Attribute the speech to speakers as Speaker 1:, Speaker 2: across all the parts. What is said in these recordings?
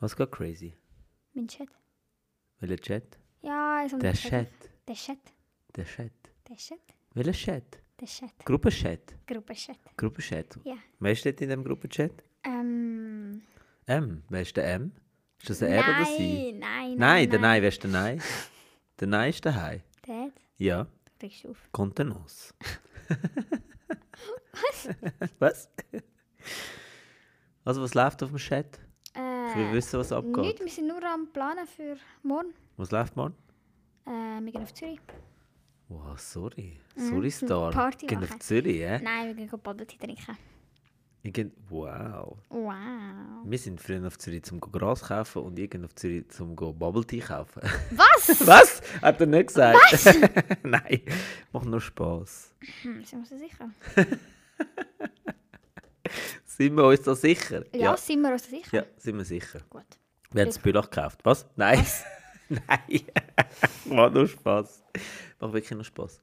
Speaker 1: Was geht crazy?
Speaker 2: Mein Chat.
Speaker 1: Welcher Chat?
Speaker 2: Ja, also
Speaker 1: Der
Speaker 2: mein
Speaker 1: Chat.
Speaker 2: Der Chat.
Speaker 1: Der Chat.
Speaker 2: Der Chat.
Speaker 1: Welcher Chat?
Speaker 2: Der Chat.
Speaker 1: Gruppenchat.
Speaker 2: Gruppenchat.
Speaker 1: Gruppenchat.
Speaker 2: Ja.
Speaker 1: Wer ist dort in dem Gruppenchat?
Speaker 2: Ähm.
Speaker 1: M. Wer ist der M? Ist das ein R oder sie?
Speaker 2: nein, nein,
Speaker 1: Nein, der Nein. Wer ist der Nein? der Nein ist der Hai.
Speaker 2: Dad,
Speaker 1: Ja.
Speaker 2: du regst auf.
Speaker 1: Contenance. was? was? Also, was läuft auf dem Chat? Wir
Speaker 2: Äh,
Speaker 1: wissen, was abgeht.
Speaker 2: nicht, wir sind nur am Planen für morgen.
Speaker 1: Was läuft morgen?
Speaker 2: Äh, wir gehen auf Zürich.
Speaker 1: Wow, sorry. Sorry, Star.
Speaker 2: Mhm, Party
Speaker 1: Gehen auf
Speaker 2: machen.
Speaker 1: Zürich, eh?
Speaker 2: Nein, wir gehen go Bubble-Tee trinken.
Speaker 1: Ich geh- Wow.
Speaker 2: Wow.
Speaker 1: Wir sind früher auf Zürich zum Gras kaufen und ich gehe auf Zürich zum Bubble Tea kaufen.
Speaker 2: Was?
Speaker 1: Was? Hat er nicht gesagt? Nein, macht nur Spaß.
Speaker 2: Hm, sind wir so sicher?
Speaker 1: Sind wir uns da sicher?
Speaker 2: Ja, sind wir uns sicher?
Speaker 1: Ja, sind wir sicher.
Speaker 2: Gut.
Speaker 1: Wir haben das Bülach gekauft. Was? Nein. Nein. macht nur Spaß. Macht wirklich nur Spaß.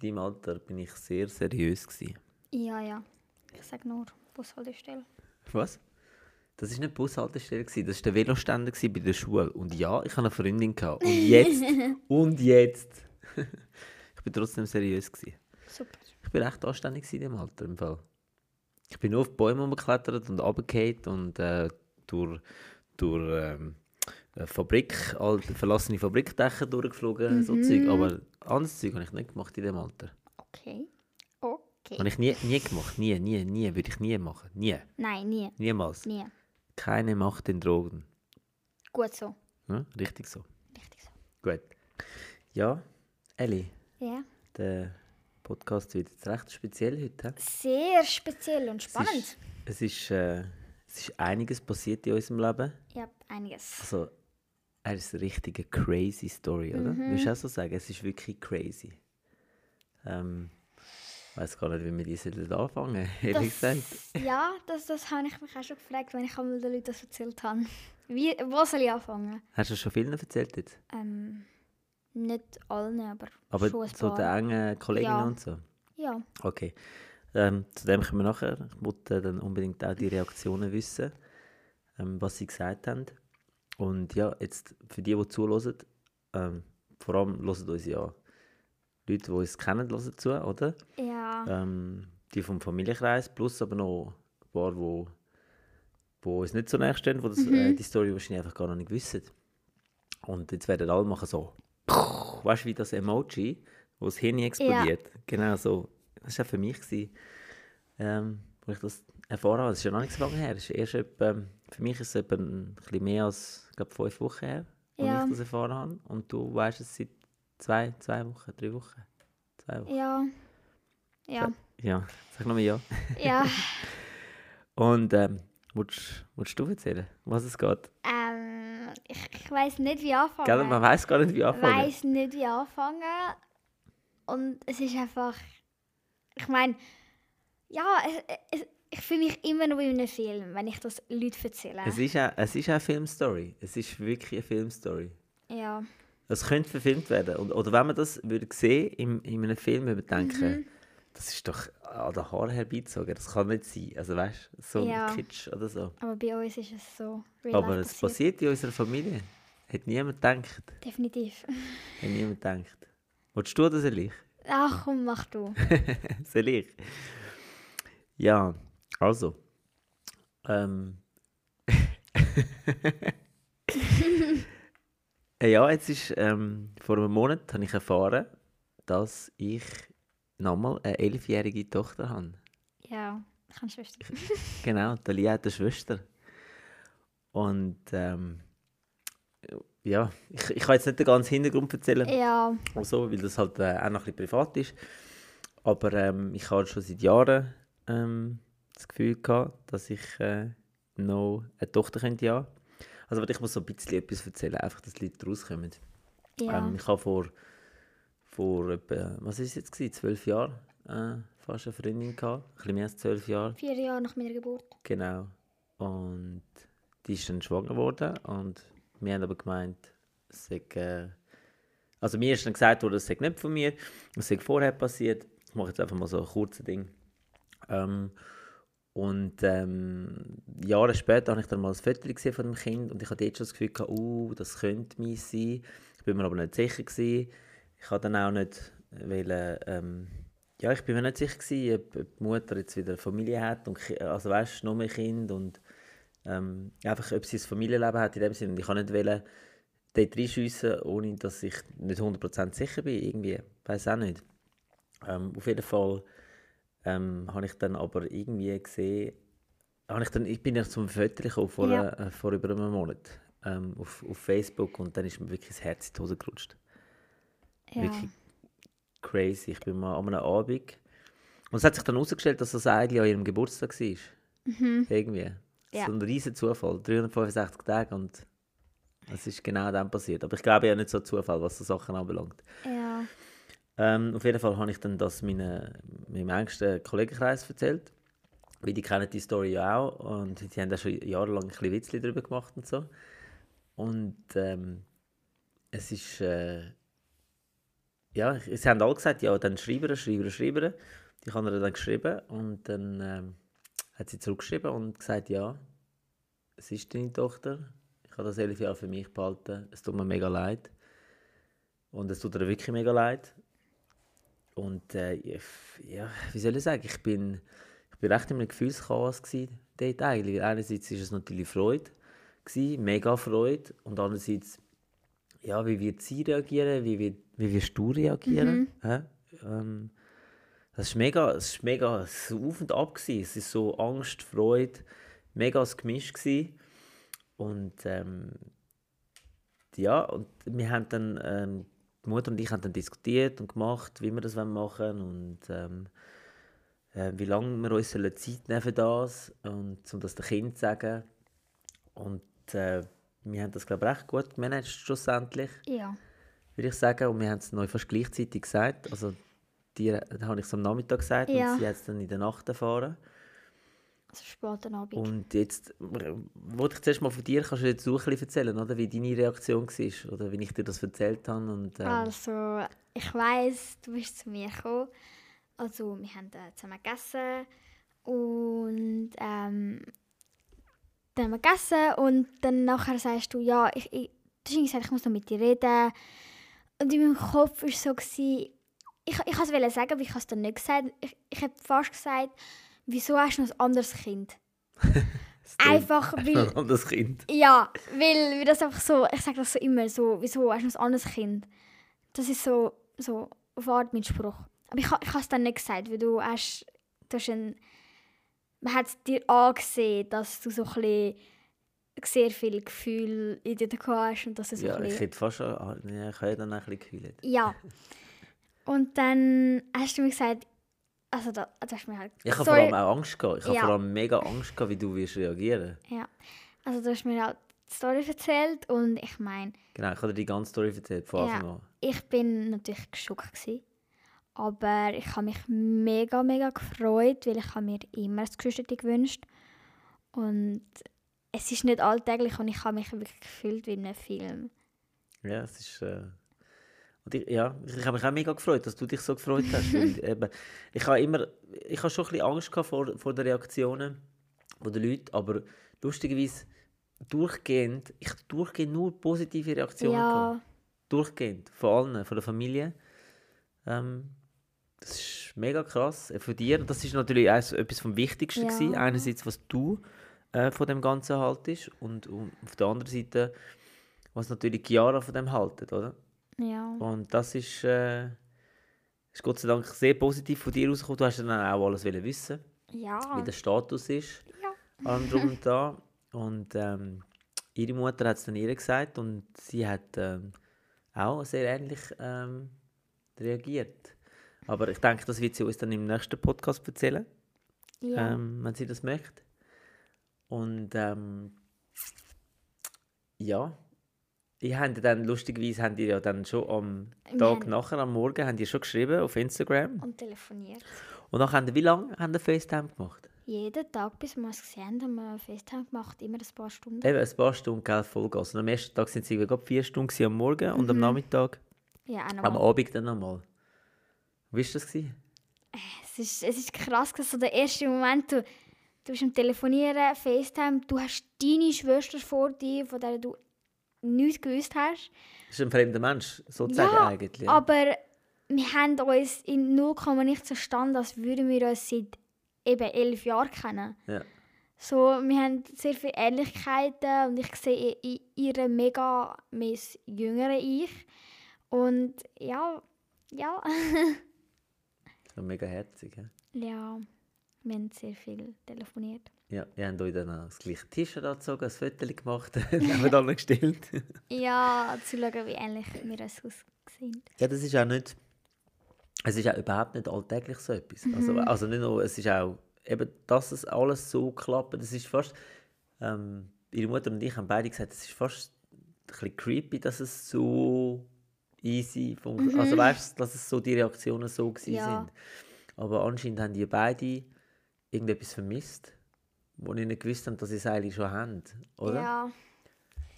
Speaker 1: In deinem Alter bin ich sehr seriös. Gewesen.
Speaker 2: Ja, ja. Ich sag nur, Bushaltestelle.
Speaker 1: Was? Das war nicht die Bushaltestelle, gewesen, das war der Veloständer gewesen bei der Schule. Und ja, ich hatte eine Freundin. Gehabt. Und jetzt, und jetzt. ich war trotzdem seriös. Gewesen.
Speaker 2: Super.
Speaker 1: Ich war echt anständig gewesen in dem Alter. Im Fall. Ich bin nur auf Bäume rumgeklettert und runtergefallen und äh, durch, durch ähm, eine Fabrik, alte, verlassene Fabrikdächer durchgeflogen. So Zeug. Aber anderes Zeug habe ich nicht gemacht in dem Alter.
Speaker 2: Okay. Okay.
Speaker 1: Habe ich nie, nie gemacht. Nie, nie, nie. Würde ich nie machen. Nie.
Speaker 2: Nein, nie.
Speaker 1: Niemals.
Speaker 2: Nie.
Speaker 1: Keine Macht in Drogen.
Speaker 2: Gut so.
Speaker 1: Ja, Ne? richtig so.
Speaker 2: Richtig so.
Speaker 1: Gut. Ja, Elli,
Speaker 2: Ja.
Speaker 1: der Podcast wird jetzt recht speziell heute. hä?
Speaker 2: Sehr speziell und
Speaker 1: Es
Speaker 2: spannend.
Speaker 1: ist, es ist, äh, es ist einiges passiert in unserem Leben.
Speaker 2: Ja, einiges.
Speaker 1: Also, er ist eine richtige crazy Story, oder? Mhm. Würdest du auch so sagen? Es ist wirklich crazy. Ähm, ich weiß gar nicht, wie wir die sollen anfangen, ehrlich gesagt.
Speaker 2: Das, ja, das, das habe ich mich auch schon gefragt, wenn ich einmal den Leuten das erzählt habe. Wie, wo soll ich anfangen?
Speaker 1: Hast du schon vielen erzählt jetzt?
Speaker 2: Ähm, nicht allen, aber,
Speaker 1: Aber
Speaker 2: schon ein
Speaker 1: so
Speaker 2: paar.
Speaker 1: den engen Kollegen
Speaker 2: Ja.
Speaker 1: und so?
Speaker 2: Ja,
Speaker 1: Okay. Ähm, zu dem kommen wir nachher. Ich wollte dann unbedingt auch die Reaktionen wissen, ähm, was sie gesagt haben. Und ja, jetzt für die, die zuhören, ähm, vor allem hören uns ja Leute, die uns kennen, hören zu, oder?
Speaker 2: ja,
Speaker 1: Ähm, die vom Familienkreis, plus aber noch ein paar, die wo uns nicht so nahe stehen, die das, äh, die Story wahrscheinlich einfach gar noch nicht wissen. Und jetzt werden alle machen so, weißt du, wie das Emoji, wo das Hirn explodiert. Genau so. Das war auch für mich, gewesen, ähm, wo ich das erfahren habe. Das ist ja noch nicht so lange her. Das ist erst etwa, ähm, für mich ist es etwa ein bisschen mehr als ich glaube, fünf Wochen her, wo
Speaker 2: Ja.
Speaker 1: ich das erfahren habe. Und du weißt es seit zwei, zwei Wochen, drei Wochen. Zwei Wochen.
Speaker 2: ja, ja,
Speaker 1: Ja, sag nochmal ja.
Speaker 2: ja.
Speaker 1: Und ähm, willst, willst du erzählen, was es geht?
Speaker 2: ähm, ich ich weiß nicht, wie anfangen.
Speaker 1: Gell, man weiß gar nicht, wie anfangen.
Speaker 2: Oh, weiß nicht, wie anfangen. Und es ist einfach. Ich meine, ja, es, es, ich fühle mich immer noch wie in einem Film, wenn ich das Leuten erzähle.
Speaker 1: Es ist, auch, es ist auch eine Filmstory. Es ist wirklich eine Filmstory.
Speaker 2: ja,
Speaker 1: Es könnte verfilmt werden. Und, oder wenn man das würde sehen in, in einem Film, würde man denken,
Speaker 2: Mhm.
Speaker 1: das ist doch an den Haaren herbeizogen. Das kann nicht sein. Also weißt du, so
Speaker 2: Ja.
Speaker 1: ein Kitsch oder so.
Speaker 2: aber bei uns ist es so. real
Speaker 1: Aber
Speaker 2: life
Speaker 1: es passiert in unserer Familie. Hat niemand gedacht.
Speaker 2: Definitiv.
Speaker 1: Hat niemand gedacht. Willst du das soll ich?
Speaker 2: Ach komm, mach du.
Speaker 1: Soll ich? Ja, also. Ähm. Äh, ja, jetzt ist, ähm, vor einem Monat habe ich erfahren, dass ich nochmal eine elfjährige Tochter habe.
Speaker 2: Ja, ich habe Schwester.
Speaker 1: Genau, die Lia hat eine Schwester. Und ähm, ja, ich, ich kann jetzt nicht den ganzen Hintergrund erzählen
Speaker 2: Ja,
Speaker 1: und so, weil das halt äh, auch noch ein bisschen privat ist. Aber ähm, ich habe schon seit Jahren ähm, das Gefühl gehabt, dass ich äh, noch eine Tochter könnte ja. Also warte, ich muss so ein bisschen etwas erzählen, einfach, dass die Leute rauskommen.
Speaker 2: ja.
Speaker 1: Ähm, ich habe vor, vor etwa, was ist es jetzt gewesen, zwölf Jahren äh, fast eine Freundin gehabt, ein bisschen mehr als zwölf Jahre,
Speaker 2: Vier Jahre nach meiner Geburt.
Speaker 1: genau. Und die ist dann schwanger geworden und wir haben aber gemeint, es sei, äh, also mir ist dann gesagt worden, es sei nicht von mir, es sei vorher passiert. Ich mache jetzt einfach mal so ein kurzes Ding. Ähm, Und ähm, Jahre später habe ich dann mal ein Foto gesehen von dem Kind und ich hatte jetzt schon das Gefühl, gehabt, uh, das könnte meins sein. Ich bin mir aber nicht sicher. Gewesen. Ich habe dann auch nicht äh, wollen, ähm, ja, ich bin mir nicht sicher gewesen, ob, ob die Mutter jetzt wieder eine Familie hat und Ki- also weißt, nur mehr Kind und ähm, einfach, ob sie ein Familienleben hat in dem Sinne. Und ich kann nicht wollen, dort reinschiessen, ohne dass ich nicht 100% sicher bin. Irgendwie, weiß auch nicht. Ähm, auf jeden Fall ähm, habe ich dann aber irgendwie gesehen, habe ich, dann, ich bin ja zum Foto gekommen vor,
Speaker 2: Ja.
Speaker 1: äh, vor über einem Monat ähm, auf, auf Facebook und dann ist mir wirklich das Herz in die Hose gerutscht.
Speaker 2: Ja.
Speaker 1: Wirklich crazy. Ich bin mal an einem Abend. Und es hat sich dann herausgestellt, dass das eigentlich an ihrem Geburtstag war. Irgendwie.
Speaker 2: Mhm. Ja.
Speaker 1: So ein riesen Zufall. 365 Tage und es ist genau dann passiert. Aber ich glaube ja nicht so Zufall, was so Sachen anbelangt.
Speaker 2: Ja.
Speaker 1: Ähm, auf jeden Fall habe ich dann das meine, meinem engsten Kollegenkreis erzählt. Weil die kennen die Story ja auch und die haben da schon jahrelang ein bisschen Witzli darüber gemacht und so. Und ähm, es ist. Äh, ja, ich- sie haben alle gesagt, ja, dann schreiben, schreiben, schreiben. Ich habe ihr dann geschrieben und dann ähm, hat sie zurückgeschrieben und gesagt, ja, es ist deine Tochter. Ich habe das elf Jahre für mich behalten. Es tut mir mega leid. Und es tut ihr wirklich mega leid. Und äh, ich- ja, wie soll ich sagen, ich bin, ich bin recht in einem Gefühlschaos gewesen, dort eigentlich. Einerseits war es natürlich Freude, gewesen, mega Freude. Und andererseits, ja, wie wird sie reagieren, wie, wird, wie wirst du reagieren? Hä? Ähm, das ist mega, es ist mega es ist auf und ab. Gewesen. Es ist so Angst, Freude, mega ein Gemisch. Gewesen. Und ähm, ja, und wir haben dann, ähm, die Mutter und ich haben dann diskutiert und gemacht, wie wir das wollen machen und ähm, äh, wie lange wir uns sollen Zeit nehmen für das und um das dem Kind zu sagen. Und äh, wir haben das, glaube ich, recht gut gemanagt schlussendlich
Speaker 2: Ja.
Speaker 1: würde ich sagen. Und wir haben es noch fast gleichzeitig gesagt. Also, dir habe ich es am Nachmittag gesagt
Speaker 2: Ja.
Speaker 1: und sie hat es dann in der Nacht erfahren.
Speaker 2: Also spät am Abend.
Speaker 1: Und jetzt äh, wollte ich zuerst mal von dir, kannst du jetzt auch ein bisschen erzählen, oder? wie deine Reaktion war oder wie ich dir das erzählt habe. Und, ähm,
Speaker 2: Also, ich weiß, du bist zu mir gekommen. Also, wir haben äh, zusammen gegessen und ähm, dann haben wir gegessen und dann nachher sagst du, ja, ich, ich, du hast irgendwie gesagt, ich muss noch mit dir reden. Und in meinem Kopf war es so, gewesen, ich, ich wollte es sagen, aber ich habe es dann nicht gesagt. Ich, ich habe fast gesagt, wieso hast du noch ein anderes Kind?
Speaker 1: es
Speaker 2: Einfach,
Speaker 1: tönt
Speaker 2: weil
Speaker 1: noch an das Kind.
Speaker 2: ja, weil, weil das einfach so, ich sage das so immer, so, wieso hast du noch ein anderes Kind? Das ist so, so auf Art mein Spruch. Aber ich, ha- ich habe es dann nicht gesagt, weil du hast, du hast ein, man hat es dir angesehen, dass du so ein bisschen sehr viel Gefühl in dir gehabt hast und dass du so
Speaker 1: Ja,
Speaker 2: ein
Speaker 1: ich
Speaker 2: bisschen,
Speaker 1: hätte fast schon, ah, ja, ich habe dann auch ein bisschen geheult.
Speaker 2: ja. Und dann hast du mir gesagt, also da, du hast mir halt,
Speaker 1: Ich habe vor
Speaker 2: sorry,
Speaker 1: allem auch Angst gehabt. Ich habe
Speaker 2: Ja.
Speaker 1: vor allem mega Angst gehabt, wie du wirst reagieren.
Speaker 2: ja, also du hast mir halt die Story erzählt und ich meine,
Speaker 1: Genau, ich habe dir die ganze Story erzählt von
Speaker 2: Ja.
Speaker 1: Anfang an.
Speaker 2: ich bin natürlich geschockt gsi aber ich habe mich mega mega gefreut weil ich habe mir immer das Geschwisterchen gewünscht und es ist nicht alltäglich und ich habe mich wirklich gefühlt wie in einem Film
Speaker 1: Ja, es ist. Äh, und ich, ja, ich ich habe mich auch mega gefreut, dass du dich so gefreut hast. weil, eben, ich habe immer, ich habe schon ein bisschen Angst gehabt vor, vor den Reaktionen der Leute, aber lustigerweise durchgehend, ich habe durchgehend nur positive Reaktionen gehabt.
Speaker 2: ja
Speaker 1: Durchgehend, von allen, von der Familie. Ähm, das ist mega krass äh, von dir. Und Das ist natürlich auch so etwas vom Wichtigsten
Speaker 2: Ja.
Speaker 1: gewesen. Einerseits, was du äh, von dem Ganzen haltest und, und auf der anderen Seite, was natürlich Chiara von dem haltet, oder?
Speaker 2: ja
Speaker 1: Und das ist, äh, ist Gott sei Dank sehr positiv von dir rausgekommen. Du hast dann auch alles wollen wissen, wie
Speaker 2: ja
Speaker 1: der Status ist,
Speaker 2: Ah. Ja.
Speaker 1: allem drum und da. Und ähm, ihre Mutter hat es dann ihr gesagt und sie hat ähm, auch sehr ähnlich ähm, reagiert. Aber ich denke, das wird sie uns dann im nächsten Podcast erzählen
Speaker 2: ja
Speaker 1: ähm, wenn sie das möchte. Und ähm, ja, ich habe dann lustigerweise haben die ja dann schon am
Speaker 2: Wir
Speaker 1: Tag
Speaker 2: haben- Oh.
Speaker 1: nachher, am Morgen, haben die schon geschrieben auf Instagram.
Speaker 2: und telefoniert
Speaker 1: Und nachher haben die, wie lange haben die FaceTime gemacht?
Speaker 2: jeden Tag bis wir uns gesehen haben haben wir FaceTime gemacht immer ein paar Stunden
Speaker 1: Eben ein paar Stunden gell, Vollgas. Und am ersten Tag sind sie gerade vier Stunden gewesen am Morgen und am Nachmittag,
Speaker 2: ja auch
Speaker 1: Mhm. am
Speaker 2: nochmal.
Speaker 1: Abend dann nochmal. Wie war das? Gewesen?
Speaker 2: es ist es ist krass gewesen, so der erste Moment du Du bist am Telefonieren, FaceTime, du hast deine Schwester vor dir, von der du nichts gewusst hast.
Speaker 1: Das ist ein fremder Mensch, sozusagen
Speaker 2: Ja,
Speaker 1: eigentlich.
Speaker 2: Aber wir haben uns in 0, nicht verstanden, als würden wir uns seit eben elf Jahren kennen.
Speaker 1: Ja.
Speaker 2: So, wir haben sehr viele Ähnlichkeiten und ich sehe i- ihre mega mein jüngere Ich. Und ja, ja.
Speaker 1: Das war mega herzig. Ja,
Speaker 2: ja, wir haben sehr viel telefoniert.
Speaker 1: ja wir haben euch dann auch das gleiche T-Shirt angezogen, ein Foto gemacht, haben alle gestellt.
Speaker 2: Ja, zu schauen, wie ähnlich wir uns aussehen.
Speaker 1: Ja, das ist auch nicht. Es ist auch überhaupt nicht alltäglich so etwas.
Speaker 2: Mhm.
Speaker 1: Also, also nicht nur, es ist auch, eben, dass es alles so klappt, das ist fast. Ähm, ihre Mutter und ich haben beide gesagt, es ist fast ein bisschen creepy, dass es so easy funktioniert. Also weißt du, dass es so die Reaktionen so gewesen
Speaker 2: Mhm. Ja.
Speaker 1: sind. Aber anscheinend haben die beide irgendetwas vermisst, wo ich nicht gewusst haben, dass sie es eigentlich schon haben, oder?
Speaker 2: Ja,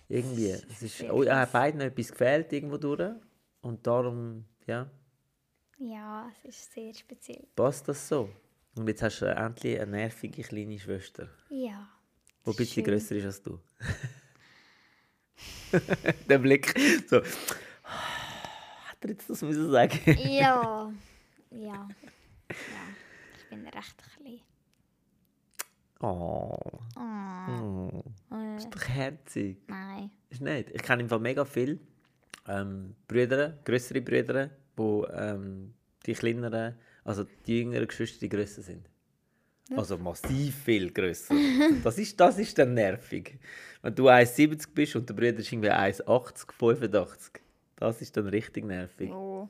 Speaker 1: Irgendwie. Es
Speaker 2: ist
Speaker 1: ist,
Speaker 2: sehr
Speaker 1: oh, ja,
Speaker 2: krass.
Speaker 1: hat beiden etwas gefehlt irgendwo durch. Und darum, ja,
Speaker 2: ja, es ist sehr speziell.
Speaker 1: passt das so. Und jetzt hast du äh, endlich eine nervige kleine Schwester,
Speaker 2: Ja.
Speaker 1: die ein bisschen
Speaker 2: Schön.
Speaker 1: grösser ist als du. Der Blick, so. Hat er jetzt das müssen sagen?
Speaker 2: Ja. Ja. ja. Ich bin recht klein.
Speaker 1: Oh,
Speaker 2: Oh,
Speaker 1: oh,
Speaker 2: äh,
Speaker 1: ist doch herzig.
Speaker 2: nein.
Speaker 1: Ist nicht. Ich kenne im Fall mega viele ähm, Brüder, größere Brüder, wo ähm, die kleineren, also die jüngeren Geschwister, die grösser sind. Also massiv viel grösser. Das ist, das ist dann nervig. Wenn du 1,70 bist und der Bruder ist irgendwie 1,80, 85. Das ist dann richtig nervig.
Speaker 2: Oh.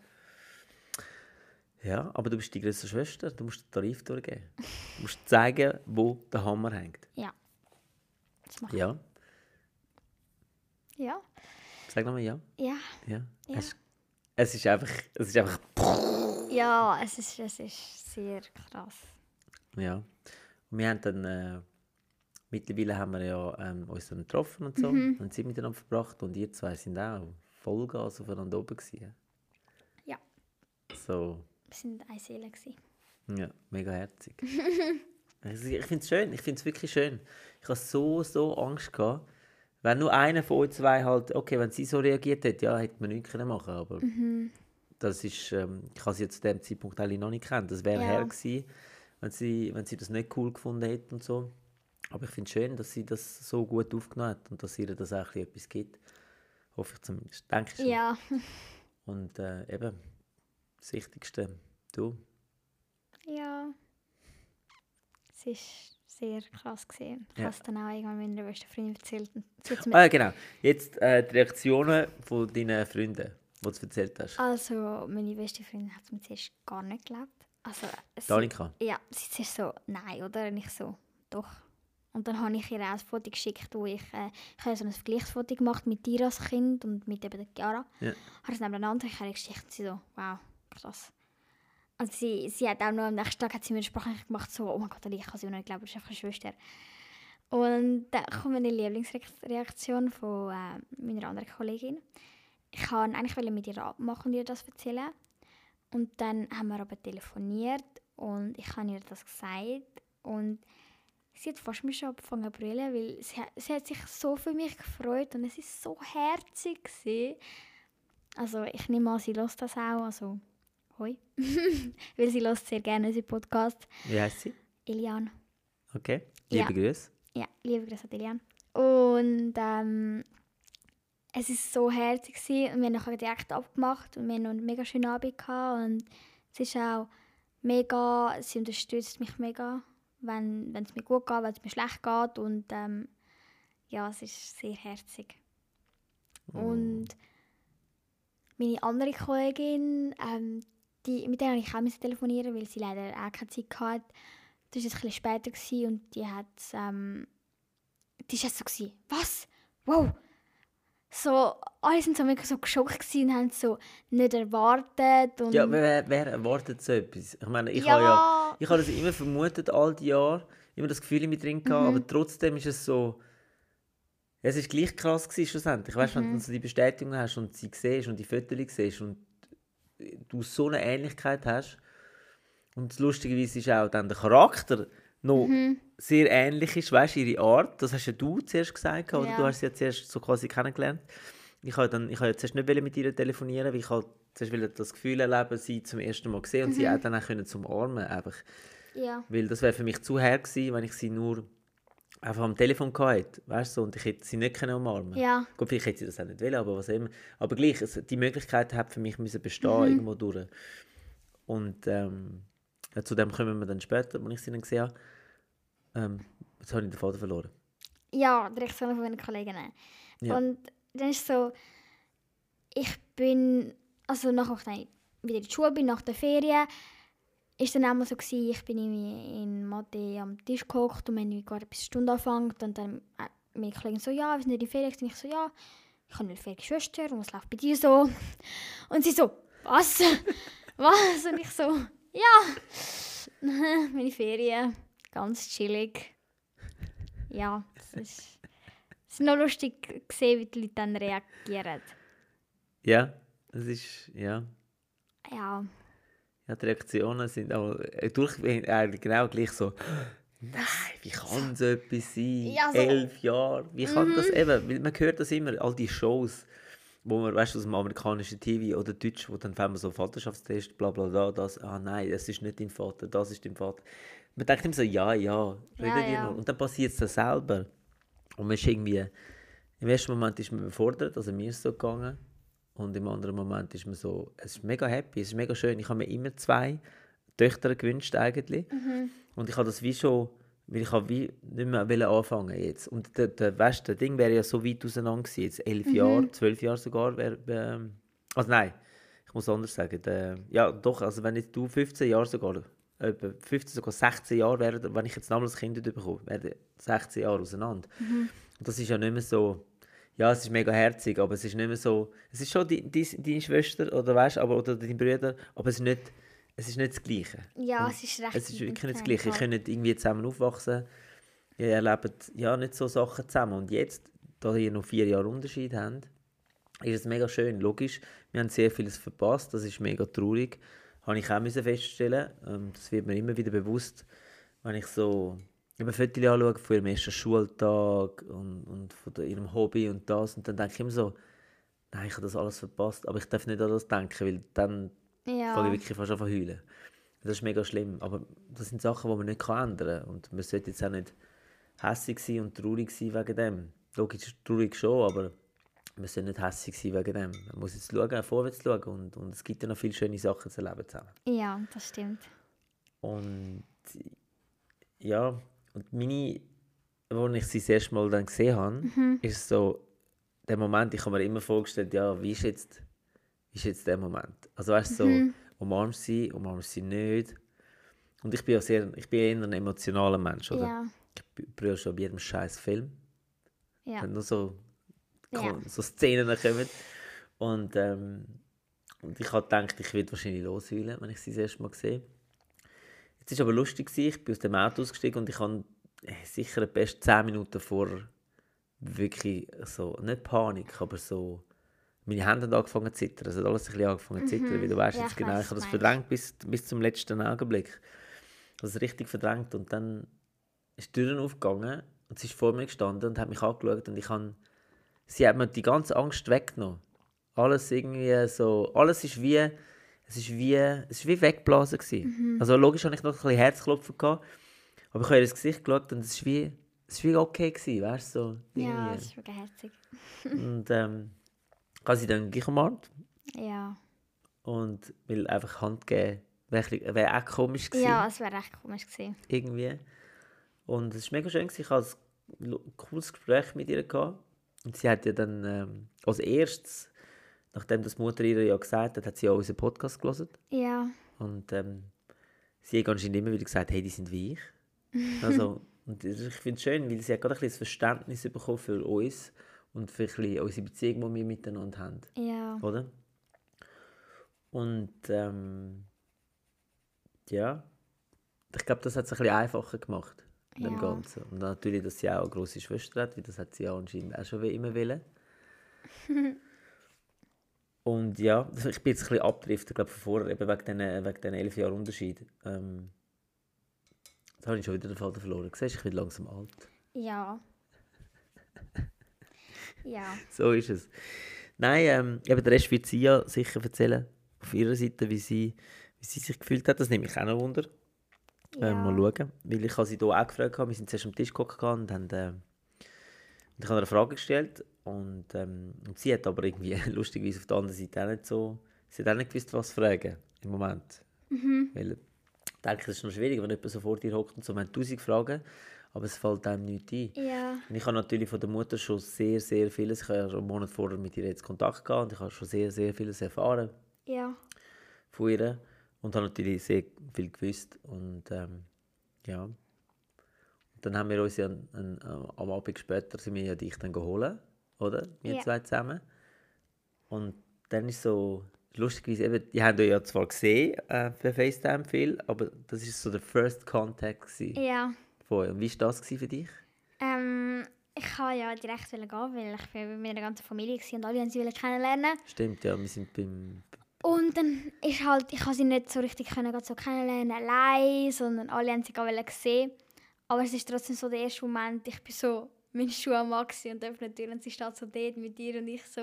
Speaker 1: Ja, aber du bist die größere Schwester, du musst den Tarif durchgeben. Du musst zeigen, wo der Hammer hängt.
Speaker 2: Ja. Das macht
Speaker 1: Ja,
Speaker 2: ja.
Speaker 1: sag nochmal ja.
Speaker 2: Ja.
Speaker 1: ja.
Speaker 2: Ja.
Speaker 1: Es, es ist einfach, es ist einfach
Speaker 2: Ja, es ist, es ist sehr krass.
Speaker 1: Ja. Und wir haben dann, äh, mittlerweile haben wir ja ähm, uns dann getroffen und so, und Zeit miteinander verbracht und ihr zwei sind auch Vollgas aufeinander oben gewesen.
Speaker 2: Ja.
Speaker 1: So,
Speaker 2: Wir sind eine Seele. Gewesen.
Speaker 1: ja, mega herzig. also, ich finde es schön, ich finde es wirklich schön. Ich habe so, so Angst gehabt, wenn nur einer von euch zwei halt, okay, wenn sie so reagiert hätte, ja, hätte man nichts können machen aber
Speaker 2: Mhm.
Speaker 1: das ist, ähm, ich habe sie ja zu dem Zeitpunkt eigentlich noch nicht kennen. Das wäre
Speaker 2: Ja.
Speaker 1: her gewesen, wenn sie, wenn sie das nicht cool gefunden hätte und so. Aber ich finde es schön, dass sie das so gut aufgenommen hat und dass ihr das auch ein bisschen etwas gibt. Hoffe ich zumindest. Denke ich schon.
Speaker 2: Ja.
Speaker 1: Und äh, eben, das Wichtigste, du.
Speaker 2: Ja. Es ist sehr krass gesehen. Ich
Speaker 1: Ja.
Speaker 2: habe es dann auch irgendwann meiner besten Freundin erzählt. Und sie hat's mir-
Speaker 1: Ah ja, genau. Jetzt äh, die Reaktionen von deinen Freunden, die du erzählt hast.
Speaker 2: Also, meine beste Freundin hat es mir zuerst gar nicht geglaubt. Also, es-
Speaker 1: Danica.
Speaker 2: Ja, sie zuerst so, nein, oder? Und ich so, doch. Und dann habe ich ihr auch ein Foto geschickt, wo ich, äh, ich habe so ein Vergleichsfoto gemacht mit dir als Kind und mit eben der Chiara.
Speaker 1: Ja.
Speaker 2: Habe es nebeneinander, ich habe ihr geschickt und sie so, wow, krass. Und sie, sie hat auch noch am nächsten Tag hat sie mir eine Sprache gemacht, so, oh mein Gott, Ali, ich kann sie noch nicht glauben, das ist einfach eine Schwester. Und dann kommt meine Lieblingsreaktion von äh, meiner anderen Kollegin. Ich wollte eigentlich mit ihr abmachen und ihr das erzählen. Und dann haben wir aber telefoniert und ich habe ihr das gesagt. Und sie hat fast mich schon angefangen zu brüllen, weil sie, ha- sie hat sich so für mich gefreut und es ist so herzig. Gewesen. Also ich nehme an, sie hört das auch. Also, hoi. weil sie hört sehr gerne unseren Podcast.
Speaker 1: Wie heißt sie?
Speaker 2: Elian.
Speaker 1: Okay.
Speaker 2: Ja.
Speaker 1: Liebe Grüße.
Speaker 2: Ja, liebe Grüße an Elian. Und ähm, es ist so herzig gewesen. und wir haben nachher direkt abgemacht und wir haben noch einen mega schönen Abend gehabt und es ist auch mega, sie unterstützt mich mega, wenn wenn es mir gut geht, wenn es mir schlecht geht und ähm, ja, es ist sehr herzig.
Speaker 1: Mhm.
Speaker 2: Und meine andere Kollegin, ähm, die, mit der habe ich auch müssen telefonieren, weil sie leider auch keine Zeit hatte. Das war ein bisschen später gewesen und die hat ähm, die ist jetzt so gewesen, was? Wow! So, alle sind so mega so geschockt gewesen und haben es so nicht erwartet und
Speaker 1: Ja, wer, wer erwartet so etwas? Ich meine, ich
Speaker 2: Ja.
Speaker 1: habe ja, ich habe das immer vermutet, all die Jahre, immer das Gefühl in mir drin gehabt,
Speaker 2: Mhm.
Speaker 1: aber trotzdem ist es so, es ist gleich krass gewesen schlussendlich. Weißt du, wenn
Speaker 2: Mhm.
Speaker 1: du so die Bestätigung hast und sie siehst und die Fotos siehst und du so
Speaker 2: Mhm.
Speaker 1: eine Ähnlichkeit hast und lustigerweise ist auch dann der Charakter noch sehr ähnlich ist, weißt du, ihre Art, das hast ja du zuerst gesagt, oder
Speaker 2: Ja.
Speaker 1: du hast sie ja zuerst so quasi kennengelernt. Ich habe dann, ich habe ja zuerst nicht wollen mit ihr telefonieren, weil ich halt zuerst wollte das Gefühl erleben, sie zum ersten Mal gesehen und sie auch dann auch können zum Armen einfach.
Speaker 2: Ja.
Speaker 1: Weil das wäre für mich zu her gewesen, wenn ich sie nur einfach am Telefon gehabt hätte, weißt du, so, und ich hätte sie nicht können umarmen
Speaker 2: Ja.
Speaker 1: Gut, vielleicht hätte sie das auch nicht wollen, aber was immer. Aber gleich, es, die Möglichkeit hat für mich müssen bestehen irgendwo durch. Und ähm, ja, zu dem kommen wir dann später, wenn ich sie dann gesehen habe. Ähm, jetzt habe ich den Faden verloren.
Speaker 2: Ja, die Reaktionen von meinen Kollegen.
Speaker 1: Ja.
Speaker 2: Und dann ist so, ich bin, also nachher, als ich dann wieder in die Schule bin, nach der Ferien, ist dann auch mal so gewesen, ich bin irgendwie in Mathe am Tisch gehockt und wir haben irgendwie gerade bis Stunde angefangen und dann äh, meine Kollegen so, ja, wir sind nicht in Ferien, und ich so, ja, ich habe eine Ferien-Schwester und es läuft bei dir so. Und sie so, was? was? Und ich so, ja, meine Ferien, ganz chillig. Ja, es ist, es ist noch lustig gesehen, wie die Leute dann reagieren.
Speaker 1: Ja, das ist, ja.
Speaker 2: Ja,
Speaker 1: ja die Reaktionen sind aber äh, durch, eigentlich genau gleich so. Nein, wie kann so etwas sein?
Speaker 2: Ja, so- Mhm.
Speaker 1: Elf Jahre, wie kann das eben? Weil man hört das immer, all die Shows, wo man, weißt du, aus dem amerikanischen TV oder Deutsch, wo dann auf einmal so Vaterschaftstest, bla bla bla, das, ah nein, das ist nicht dein Vater, das ist dein Vater. Man denkt immer so, ja, ja, redet
Speaker 2: Ja,
Speaker 1: ihr
Speaker 2: ja.
Speaker 1: noch. Und dann passiert es dann selber. Und man ist irgendwie, im ersten Moment ist man befordert, also mir ist es so gegangen. Und im anderen Moment ist man so, es ist mega happy, es ist mega schön. Ich habe mir immer zwei Töchter gewünscht eigentlich. Und ich habe das wie schon, weil ich habe wie nicht mehr wollen anfangen jetzt. Und der, der, weißt, der Ding wäre ja so weit auseinander gewesen, jetzt elf Jahre, zwölf Jahre sogar. Wär, ähm, also nein, ich muss anders sagen. Der, ja doch, also wenn jetzt du 15 Jahre sogar, etwa 15, sogar 16 Jahre wäre, wenn ich jetzt damals Kinder bekomme, wären 16 Jahre auseinander. Und das ist ja nicht mehr so, ja, es ist mega herzig, aber es ist nicht mehr so, es ist schon die, die, deine Schwester oder weißt, aber oder dein Bruder, aber es ist nicht, es ist nicht das Gleiche.
Speaker 2: ja
Speaker 1: Und
Speaker 2: es ist recht.
Speaker 1: Es ist wirklich nicht das
Speaker 2: intensiv,
Speaker 1: Gleiche. Ihr
Speaker 2: ja.
Speaker 1: könnt nicht irgendwie zusammen aufwachsen. Ihr erlebt ja nicht so Sachen zusammen. Und jetzt, da ihr noch vier Jahre Unterschied habt, ist es mega schön. Logisch, wir haben sehr vieles verpasst. Das ist mega traurig. Habe ich auch müssen feststellen. Ähm, Das wird mir immer wieder bewusst, wenn ich so über Fotos anschaue von ihrem ersten Schultag und, und von der- ihrem Hobby und das. Und dann denke ich immer so, nein, ich habe das alles verpasst. Aber ich darf nicht an das denken, weil dann fange
Speaker 2: Ja.
Speaker 1: ich wirklich fast an zu heulen. Das ist mega schlimm. Aber das sind Sachen, die man nicht kann ändern kann. Und man sollte jetzt auch nicht hässig sein und traurig sein wegen dem. Logisch, traurig schon, aber man sollte nicht hässig sein wegen dem. Man muss jetzt schauen, vorwärts schauen. Und, und es gibt ja noch viele schöne Sachen zu erleben zusammen.
Speaker 2: ja, das stimmt.
Speaker 1: Und ja, und meine, als ich sie das erste Mal dann gesehen habe,
Speaker 2: Mhm.
Speaker 1: ist so der Moment, ich habe mir immer vorgestellt, ja, wie ist jetzt, wie ist jetzt der Moment? Also weißt du,
Speaker 2: Mhm.
Speaker 1: so, umarmst sie, umarmst sie nicht. Und ich bin ja sehr, ich bin eher ein emotionaler Mensch, oder?
Speaker 2: Ja.
Speaker 1: Ich brühe schon bei jedem scheiß Film
Speaker 2: Ja.
Speaker 1: wenn nur so,
Speaker 2: Ja.
Speaker 1: Kon- so Szenen kommen. Und, ähm, und ich habe gedacht, ich werde wahrscheinlich losheulen, wenn ich sie das erste Mal sehe. Jetzt war es aber lustig, gewesen, ich bin aus dem Auto ausgestiegen und ich habe äh, sicher best 10 Minuten vor wirklich so, nicht Panik, aber so, meine Hände haben angefangen zu zittern, es hat alles ein bisschen angefangen zu zittern, weil du weißt
Speaker 2: Mhm. Ja,
Speaker 1: jetzt
Speaker 2: ich
Speaker 1: genau,
Speaker 2: weiss,
Speaker 1: ich habe
Speaker 2: was
Speaker 1: das
Speaker 2: du
Speaker 1: verdrängt bis, bis zum letzten Augenblick. Das richtig verdrängt und dann ist die Tür aufgegangen und sie ist vor mir gestanden und hat mich angeschaut und ich habe, sie hat mir die ganze Angst weggenommen. Alles irgendwie so, alles ist wie, es ist wie, es ist wie wegblasen gewesen.
Speaker 2: Mhm.
Speaker 1: Also logisch habe ich noch ein bisschen Herzklopfen gehabt, aber ich habe ihr ins Gesicht geschaut und es ist wie, es ist wie okay gewesen, weißt du, so
Speaker 2: Ja,
Speaker 1: irgendwie. äh,
Speaker 2: das ist wirklich herzig.
Speaker 1: Und ähm, ich habe sie dann gleich umarmt
Speaker 2: Ja.
Speaker 1: und weil einfach Hand geben wäre ein bisschen- wäre auch komisch gewesen
Speaker 2: Ja, es wäre echt komisch gewesen.
Speaker 1: irgendwie. Und es war mega schön, gewesen. ich hatte ein lo- cooles Gespräch mit ihr. Gehabt. Und sie hat ja dann ähm, als erstes, nachdem das Mutter ihr ja gesagt hat, hat sie auch unseren Podcast gelesen.
Speaker 2: Ja.
Speaker 1: Und ähm, sie hat anscheinend immer wieder gesagt, hey, die sind wie ich. Also, und das- ich finde es schön, weil sie hat gerade ein bisschen das Verständnis bekommen für uns und für ein bisschen unsere Beziehung, die wir miteinander haben
Speaker 2: Ja.
Speaker 1: oder? Und ähm, ja, ich glaube, das hat es ein bisschen einfacher gemacht, dem
Speaker 2: Ja.
Speaker 1: Ganzen. Und natürlich, dass sie auch eine grosse Schwester hat, weil das hat sie ja anscheinend auch schon wie immer wollen. Und ja, ich bin jetzt ein bisschen abgedriftet, glaube von vorher, eben wegen diesen wegen diesen elf Jahren Unterschied. Ähm, Da habe ich schon wieder den Faden verloren. Siehst du, ich bin langsam alt.
Speaker 2: Ja. ja.
Speaker 1: So ist es. Nein, ähm, eben der Rest wird sie ja sicher erzählen, auf ihrer Seite, wie sie, wie sie sich gefühlt hat. Das nimmt mich auch noch wunder.
Speaker 2: ja.
Speaker 1: Ähm, mal schauen. Weil ich habe sie hier auch gefragt habe. Wir sind zuerst am Tisch geguckt und haben, äh, und ich habe ihr eine Frage gestellt. Und, ähm, und sie hat aber irgendwie lustigerweise auf der anderen Seite auch nicht so. Sie hat auch nicht gewusst, was fragen im Moment. Weil ich denke, das ist noch schwierig, wenn jemand so vor dir hockt und so, man hat tausend Fragen, aber es fällt einem nichts ein.
Speaker 2: Ja.
Speaker 1: Und ich habe natürlich von der Mutter schon sehr, sehr vieles. Ich habe ja schon einen Monat vorher mit ihr jetzt Kontakt gehabt und ich habe schon sehr, sehr vieles erfahren
Speaker 2: Ja.
Speaker 1: von ihr und habe natürlich sehr viel gewusst und ähm, ja und dann haben wir uns ja an, an, am Abend später sind wir ja dich dann geholt oder wir
Speaker 2: Ja.
Speaker 1: zwei zusammen und dann ist so lustigerweise eben die haben euch ja zwar gesehen äh, per FaceTime viel aber das ist so der First Contact gewesen
Speaker 2: Ja.
Speaker 1: von euch. und wie war das gewesen für dich
Speaker 2: Ähm, ich wollte ja direkt gehen, weil ich bin mit meiner ganzen Familie war und alle haben sie wollen kennenlernen.
Speaker 1: stimmt ja wir sind beim
Speaker 2: Und dann ist halt, ich konnte sie nicht so richtig können, gerade so kennenlernen allein, sondern alle haben sie gar wollen sehen. Aber es ist trotzdem so der erste Moment, ich bin so meine Schuhe am Mann gewesen und öffnet die Tür und sie steht so dort mit dir und ich so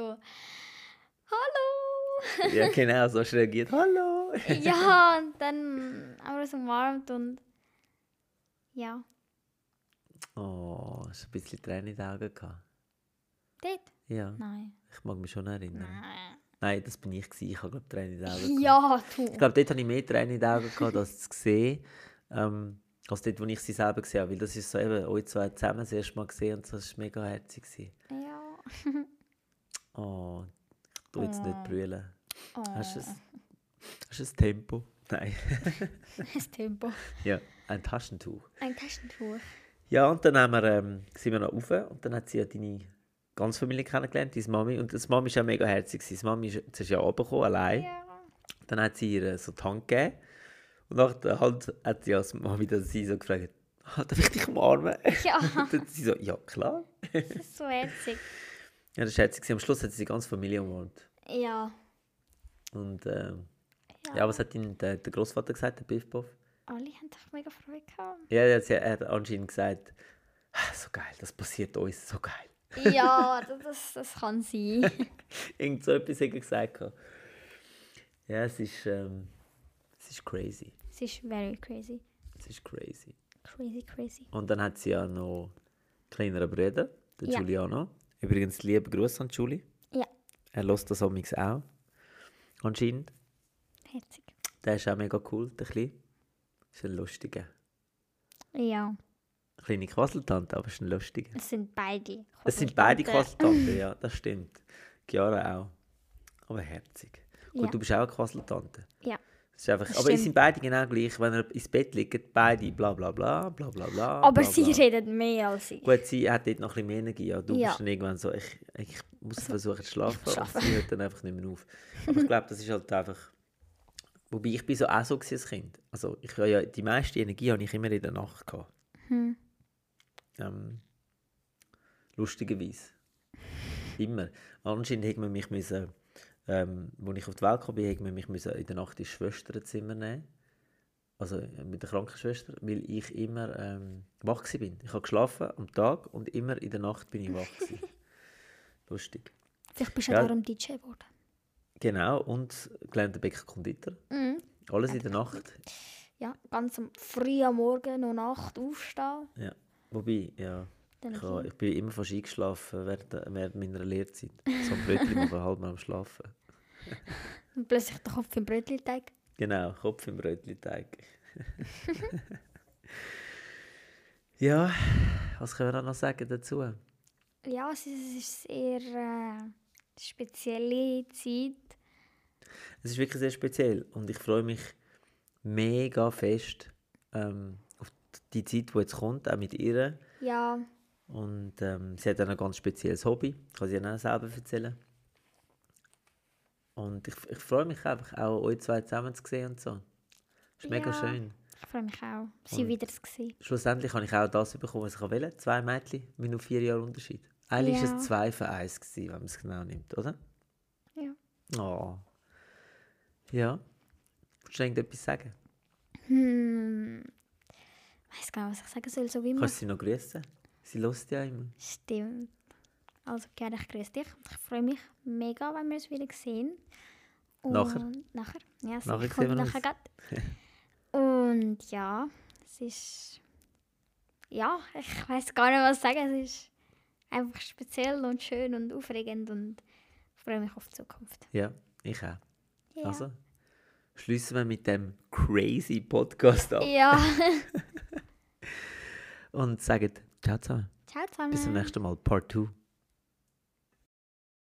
Speaker 2: «Hallo!»
Speaker 1: ja genau so hast du reagiert hallo
Speaker 2: Ja, und dann haben wir uns umarmt und ja,
Speaker 1: oh hast du ein bisschen Tränen in den Augen gehabt
Speaker 2: dort?
Speaker 1: ja
Speaker 2: Nein.
Speaker 1: ich mag mich schon erinnern Nein, das bin ich. Gewesen. Ich habe, glaube Tränen in den Augen. gehabt.
Speaker 2: Ja,
Speaker 1: Ich
Speaker 2: du.
Speaker 1: glaube, dort hatte ich mehr Tränen in den Augen, gehabt, als zu sehen, ähm, als dort, wo ich sie selber gesehen habe. Weil das ist so eben, euch zwei zusammen das erste Mal gesehen und das war mega herzig. Gewesen.
Speaker 2: Ja.
Speaker 1: Oh, ich tu jetzt nicht brüllen.
Speaker 2: Oh,
Speaker 1: Hast du ein, hast du ein Tempo? Nein.
Speaker 2: das Tempo.
Speaker 1: ja, ein Taschentuch.
Speaker 2: Ein Taschentuch.
Speaker 1: Ja, und dann haben wir, ähm, sind wir noch rauf und dann hat sie ja deine ganze Familie kennengelernt, deine Mami. Und das Mami war auch mega herzig. gewesen. Das Mami ist, sie ist ja runtergekommen, allein.
Speaker 2: Ja.
Speaker 1: Dann hat sie ihr äh, so die Hand gegeben. Und nach der Hand hat sie als Mami dann sie so gefragt, ah, darf ich dich umarmen?
Speaker 2: Ja,
Speaker 1: Und dann sie so, ja klar.
Speaker 2: das ist so herzig.
Speaker 1: Ja, das war herzig. Am Schluss hat sie die ganze Familie umarmt.
Speaker 2: Ja.
Speaker 1: Und ähm,
Speaker 2: Ja.
Speaker 1: ja. was hat ihnen der, der Großvater gesagt, der Biff Boff?
Speaker 2: Alle haben doch mega Freude gehabt.
Speaker 1: Ja, er hat, sie- er hat anscheinend gesagt, «Ah, so geil, das passiert uns, so geil.
Speaker 2: Ja, das, das, das kann sein.
Speaker 1: Irgend so etwas hat er gesagt. gehabt. Ja, es ist, ähm, es ist crazy.
Speaker 2: Es ist very crazy.
Speaker 1: Es ist crazy.
Speaker 2: Crazy, crazy.
Speaker 1: Und dann hat sie ja noch kleinere Brüder, den
Speaker 2: Ja.
Speaker 1: Giuliano. Übrigens, liebe Grüße an Giuli.
Speaker 2: Ja,
Speaker 1: Er lässt das amigs auch. Anscheinend.
Speaker 2: herzig.
Speaker 1: Der ist auch mega cool, der Kleine. Ist ein lustiger.
Speaker 2: Ja,
Speaker 1: Eine kleine Quasseltante, aber ist ein lustiger.
Speaker 2: es sind beide.
Speaker 1: Es sind beide
Speaker 2: Konstanten.
Speaker 1: Quasseltanten, ja, das stimmt. Chiara auch. Aber herzig. Gut,
Speaker 2: Ja.
Speaker 1: du bist auch eine Quasseltante.
Speaker 2: Ja,
Speaker 1: Das ist einfach,
Speaker 2: Das
Speaker 1: aber sie
Speaker 2: stimmt.
Speaker 1: sind beide genau gleich, wenn ihr ins Bett liegt, beide bla bla bla bla bla bla.
Speaker 2: aber
Speaker 1: bla,
Speaker 2: sie
Speaker 1: bla.
Speaker 2: reden mehr als ich.
Speaker 1: Gut, sie hat dort noch ein bisschen mehr Energie. Ja. Du
Speaker 2: Ja. Also
Speaker 1: bist dann irgendwann so, ich, ich muss versuchen zu schlafen,
Speaker 2: muss
Speaker 1: aber sie hört dann einfach nicht mehr auf. Aber ich glaube, das ist halt einfach... Wobei, ich bin so auch so gewesen als Kind. Also, ich, habe ja, die meiste Energie habe ich immer in der Nacht. Gehabt. Ähm, lustigerweise. Immer. Anscheinend hätte man mich müssen... Ähm, als ich auf die Welt gekommen bin, hätte man mich müssen in der Nacht ins Schwesternzimmer nehmen also äh, mit der Krankenschwester, weil ich immer ähm, wach gsi bin. Ich habe geschlafen am Tag und immer in der Nacht bin ich wach gsi. Lustig.
Speaker 2: Vielleicht bist du
Speaker 1: Ja.
Speaker 2: ja. darum DJ geworden.
Speaker 1: Genau, und gelernter Bäcker Konditor.
Speaker 2: Mhm.
Speaker 1: Alles in der Nacht.
Speaker 2: Ja, ganz am, früh am Morgen noch Nacht aufstehen.
Speaker 1: Ja. Wobei, ja,
Speaker 2: Dann
Speaker 1: ich,
Speaker 2: noch
Speaker 1: habe, ich bin immer fast eingeschlafen während, der- während meiner Lehrzeit. So ein Brötchen auf halb am Schlafen.
Speaker 2: Und plötzlich den Kopf im Brötchenteig.
Speaker 1: Genau, Kopf im Brötchenteig. ja, was können wir auch noch sagen dazu?
Speaker 2: Ja, es ist es ist eine sehr äh, spezielle Zeit.
Speaker 1: Es ist wirklich sehr speziell und ich freue mich mega fest ähm, auf die Zeit, die jetzt kommt, auch mit ihr.
Speaker 2: Ja,
Speaker 1: Und ähm, sie hat auch ein ganz spezielles Hobby, kann sie ja auch selber erzählen. Und ich, ich freue mich einfach auch, euch zwei zusammen zu sehen und so. Ist mega
Speaker 2: Ja.
Speaker 1: schön.
Speaker 2: ich freue mich auch, sie
Speaker 1: Und-
Speaker 2: wieder zu sehen.
Speaker 1: Schlussendlich habe ich auch das bekommen, was ich wollte. Zwei Mädchen mit nur vier Jahren Unterschied. Eigentlich war
Speaker 2: Ja.
Speaker 1: es zwei für eins, gewesen, wenn man es genau nimmt, oder?
Speaker 2: Ja.
Speaker 1: Oh. Ja. Willst du irgendetwas sagen?
Speaker 2: Hm, Ich weiß gar nicht, was ich sagen soll, so wie immer.
Speaker 1: Kannst du sie noch grüßen? Sie hört ja immer.
Speaker 2: Stimmt. Also gerne, ich grüße dich. Ich freue mich mega, wenn wir uns wieder sehen.
Speaker 1: Nachher?
Speaker 2: Und- Nachher, ja. es
Speaker 1: Nachher
Speaker 2: kommt
Speaker 1: sehen wir
Speaker 2: nachher
Speaker 1: uns.
Speaker 2: grad. Und ja, es ist... Ja, ich weiß gar nicht, was sagen. Es ist einfach speziell und schön und aufregend und ich freue mich auf die Zukunft.
Speaker 1: Ja, ich auch.
Speaker 2: Ja.
Speaker 1: Also, schließen wir mit dem crazy Podcast ab
Speaker 2: Ja.
Speaker 1: und sagen Ciao zusammen.
Speaker 2: Ciao zusammen. Mhm.
Speaker 1: Bis zum nächsten Mal, Part 2.